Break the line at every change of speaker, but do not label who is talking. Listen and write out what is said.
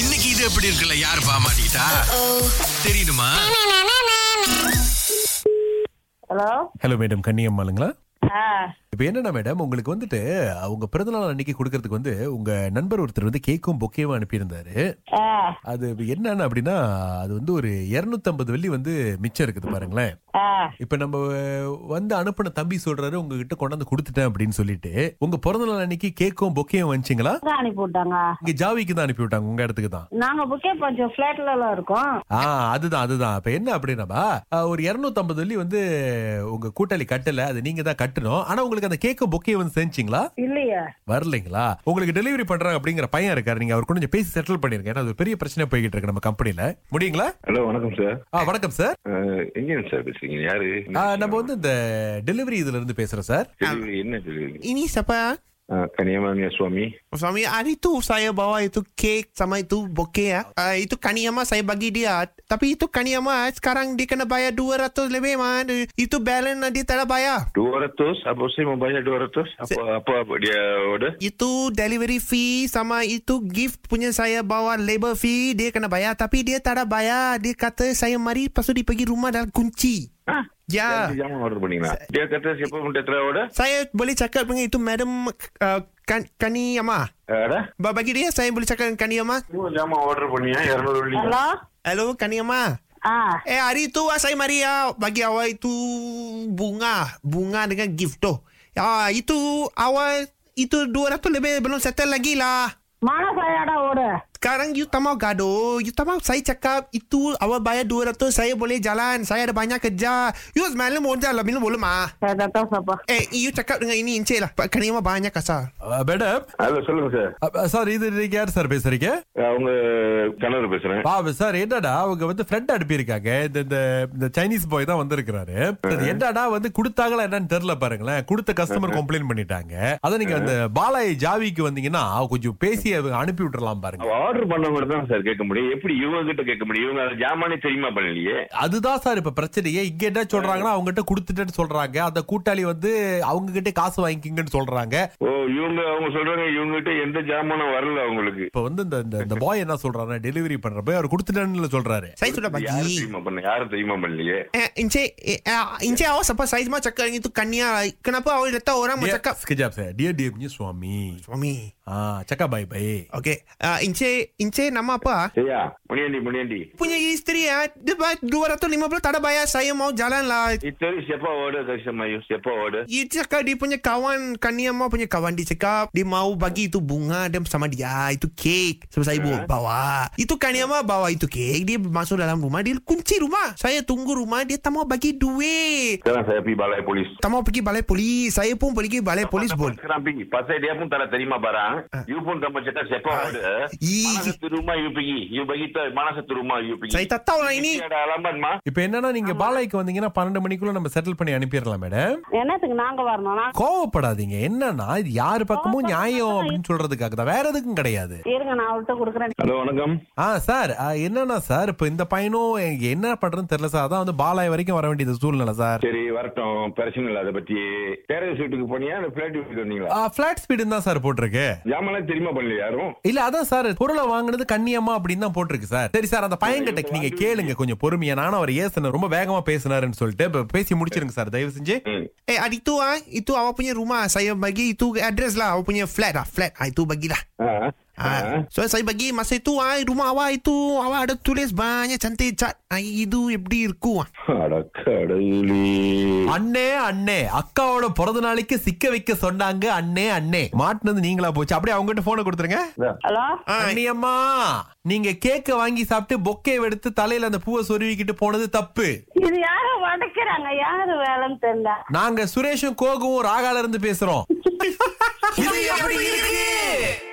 இன்னைக்கு இது எப்படி இருக்குல்ல யார் பாமாட்டா தெரியுமா
ஹலோ
ஹலோ மேடம் கன்னியம்மாளுங்களா
ஆ
இப்போ என்னன்னா மேடம் உங்களுக்கு வந்துட்டு அவங்க பிறந்தநாள் அன்னைக்கு கொடுக்கறதுக்கு வந்து உங்க நண்பர் ஒருத்தர் வந்து கேக்கும் பொக்கேவும் அனுப்பியிருந்தாரு
ஆ
அது என்னன்னு அப்படின்னா அது வந்து ஒரு 250 வெள்ளி வந்து மிச்சம் இருக்குது பாருங்களேன்
ஆ
இப்ப நம்ம அஹ், வந்து அனுப்பின தம்பி சொல்றாரு உங்ககிட்ட கொண்டாந்து கொடுத்துட்டேன் அப்படின்னு சொல்லிட்டு உங்க பிறந்தநாள் அன்னைக்கு கேக்கும் பொக்கேவும் வந்துச்சிங்களா
அதான் அனுப்பி விட்டாங்க
இங்க ஜாவிக்கு தான் அனுப்பி விட்டாங்க உங்க இடத்துக்கு தான்
நாங்க புக்கே கொஞ்சம் ஃபிளாட்ல எல்லாம் இருக்கோம்
ஆ அதுதான் அதுதான் இப்ப என்ன அப்படின்னாப்பா அஹ், ஒரு 250 வெள்ளி வந்து உங்க கூட்டாளி கட்டல அது நீங்க தான் கட்டணும் ஆனா உங்களுக்கு அந்த கேக்கும் பொக்கே வந்து செஞ்சீங்களா
இல்லையே
வரலைங்களா உங்களுக்கு டெலிவரி பண்றாங்க அப்படிங்கிற பையன் இருக்காரு நீங்க அவர் கொஞ்சம் பேசி செட்டில் பண்ணிருங்க ஏன்னா அது ஒரு பெரிய பிரச்சனை போய்கிட்டு இருக்கு நம்ம கம்பெனில முடியுங்களா
ஹலோ வணக்கம் சார்
ஆ வணக்கம் சார்
அஹ், எங்க இருந்து சார் பேசுறீங்க யாரு
ஆ, நம்ம வந்து இந்த டெலிவரி இதுல இருந்து பேசுறோம் சார்
Delivery, என்ன delivery?
Ini siapa? ah?
அஹ், கன்னியாகுமரியா சுவாமி
Suami hari tu saya bawa itu kek sama itu bokeh ya. Uh, itu kaniyama saya bagi dia. Tapi itu kaniyama sekarang dia kena bayar 200 lebih man. Itu balance ah, dia tak nak bayar.
dua ratus apa sih mau bayar dua ratus apa apa apa dia order
Itu delivery fee sama itu gift punya saya bawa labor fee dia kena bayar. Tapi dia tak nak bayar. Dia kata saya mari lepas tu dia pergi rumah dalam kunci.
Hah?
Ya.
Jangan- jangan order பண்ணீங்களா dia kata siapa minta try order
Saya boleh cakap dengan itu madam uh, kan, kaniyama.
ada
Ba- Bagi dia saya boleh cakap dengan kaniyama.
ஜாமா order பண்ணியா இருநூறு வெள்ளி
hello
Hello kaniyama.
ஆ
Eh hari tu ah, saya mari ah, bagi awak itu bunga, bunga dengan gift tu. Ah itu awal itu 200 lebih belum settle lagi lah.
மானசாயாடா ஓடு
Sekarang you tak mau gaduh. You tak mau saya cakap itu awak bayar 200 saya boleh jalan. Saya ada banyak kerja. You semalam modal lah bila boleh mah.
கேட்டா சப்பா
Eh you cakap dengan ini encik lah. Kerana memang banyak kasar.
ஆ, madam
hello சொல்லுங்க sir
ஆ, sir இது நீங்க யார் sir பேசுறீங்க
அஹ், உங்க கணவர் பேசுறேன்
பாபு சார் என்னடா அவங்க வந்து ஃப்ரெண்ட் அனுப்பியிருக்காங்க இந்த இந்த- இந்த சைனீஸ் பாய் தான் வந்திருக்கிறாரு அது என்னடா வந்து கொடுத்தாங்களா என்னன்னு தெரியல பாருங்களேன் கொடுத்த கஸ்டமர் கம்ப்ளைண்ட் பண்ணிட்டாங்க அதான் நீங்க அந்த பாலாய் ஜாவிக்கு வந்தீங்கன்னா கொஞ்சம் பேசி அவங்க அனுப்பி விட்டுறலாம் பாருங்க
ஆர்டர் பண்ணவங்க தான் சார் கேட்க முடியும் எப்படி இவங்க கிட்ட கேட்க முடியும் இவங்க அதை ஜாமானே தெரியுமா பண்ணலையே
அதுதான் சார் இப்ப பிரச்சனையே இங்க என்ன சொல்றாங்கன்னா அவங்க கிட்ட கொடுத்துட்டேன்னு சொல்றாங்க அந்த கூட்டாளி வந்து அவங்க கிட்ட காசு வாங்கிக்கிங்கன்னு சொல்றாங்க
ஓ இவங்க அவங்க சொல்றாங்க இவங்க கிட்ட எந்த ஜாமானும் வரல அவங்களுக்கு
இப்ப வந்து இந்த இந்த- இந்த பாய் என்ன சொல்றாருன்னா டெலிவரி பண்ற போய் அவர் கொடுத்துட்டேன்னு சொல்றாரு
Saya sudah
யாரு
bagi.
தெரியுமா பண்ண யாரும் தெரியுமா பண்ணலையே
Eh, encik, eh, eh, encik awak siapa saya cuma cakap dengan itu Kania lah. Kenapa awak letak orang mau
Dia-
cakap?
sekejap saya dia dia punya suami
Suami.
ah cakap baik-baik
Okay. Uh, encik, encik nama apa? ah?
சரியா Muniyandi Muniyandi
Punya isteri ah, dia bayar 250 tak ada bayar. Saya mau jalan lah.
Itu siapa order kasi sama you? Siapa order?
Dia cakap dia punya kawan Kania mau punya kawan Dia cakap Dia mau bagi itu bunga Dia sama dia Ah, Itu cake Sebab saya bawa- bawa Itu Kania mau bawa itu cake Dia masuk dalam rumah Dia kunci rumah Saya tunggu rumah Dia tak mau bagi duit
Sekarang saya pergi balai polis.
Tak mau pergi balai polis Saya pun Ah. pergi balai polis bol
Sekarang pergi. Pasal dia pun tak nak terima barang. You pun tak mau cakap siapa
Ah.
order. eh.
Ih.
Mana satu rumah you pergi? You bagi tahu mana satu rumah you pergi.
Saya tak tahu lah ini
Mesti ada alamat mah.
இப்ப என்னன்னா நீங்க பாலாய்க்கு வந்தீங்கன்னா பன்னெண்டு மணிக்குள்ள நம்ம settle பண்ணி அனுப்பிடலாம் madam
என்னத்துக்கு நாங்க வரணும் நாங்க
கோவப்படாதீங்க என்னன்னா இது யாரு பக்கமும் நியாயம் அப்படின்னு சொல்றதுக்காக தான் வேற எதுக்கும் கிடையாது
இருங்க நான் அவர்கிட்ட கொடுக்குறேன்
Hello, வணக்கம்.
ஆ சார் ஆ, என்னன்னா சார் இப்ப இந்த பையனும் எனக்கு என்ன பண்றதுன்னு தெரியல சார் அதான் வந்து பாலாய் வரைக்கும் வர வேண்டியது சூழ்நிலை சார்
சரி வரட்டும் பிரச்சனை இல்லை அதை பத்தி டேரஸ் வீட்டுக்கு போனியா இல்ல பிளாட் வீட்டுக்கு
Ah.
வந்தீங்களா
பிளாட் ஸ்பீடுன்னு தான் சார் போட்டிருக்கு
ஜாமான் தெரியுமா பண்ணல யாரும்
இல்ல அதான் சார் பொருளை வாங்குனது கண்ணியம்மா அப்படின்னு தான் போட்டிருக்கு சார் சரி சார் அந்த பையன்கிட்ட நீங்க கேளுங்க கொஞ்சம் பொறுமையா நானும் அவர் ஏசுன ரொம்ப வேகமா பேசினாருன்னு சொல்லிட்டு இப்ப பேசி முடிச்சிருங்க சார் தயவு செஞ்சு
ம்.
Eh adik tu ah Itu awak punya rumah Saya bagi itu address lah Awak punya flat lah Flat ah, Itu bagilah
ஆ. ஆ.
Ah, so saya bagi masa itu ah rumah awak itu awak ada tulis banyak cantik cat. Ah, itu எப்படி இருக்கும் ah.
அட கடவுளே.
அண்ணே அண்ணே அக்காவோட பிறந்த நாளைக்கு சிக்க வைக்க சொன்னாங்க அண்ணே அண்ணே மாட்டினது நீங்களா போச்சு அப்படியே அவங்ககிட்ட போனை கொடுத்துருங்க
ஹலோ
Ah,
அண்ணியம்மா நீங்க கேக்க வாங்கி சாப்பிட்டு பொக்கே எடுத்து தலையில அந்த பூவை சொருவிக்கிட்டு போனது தப்பு
இது யாரோ உடைக்கிறாங்க யாரு வேலைன்னு தெரியல
நாங்க சுரேஷும் கோகுவும் ராகால இருந்து பேசுறோம் இது எப்படி இருக்கு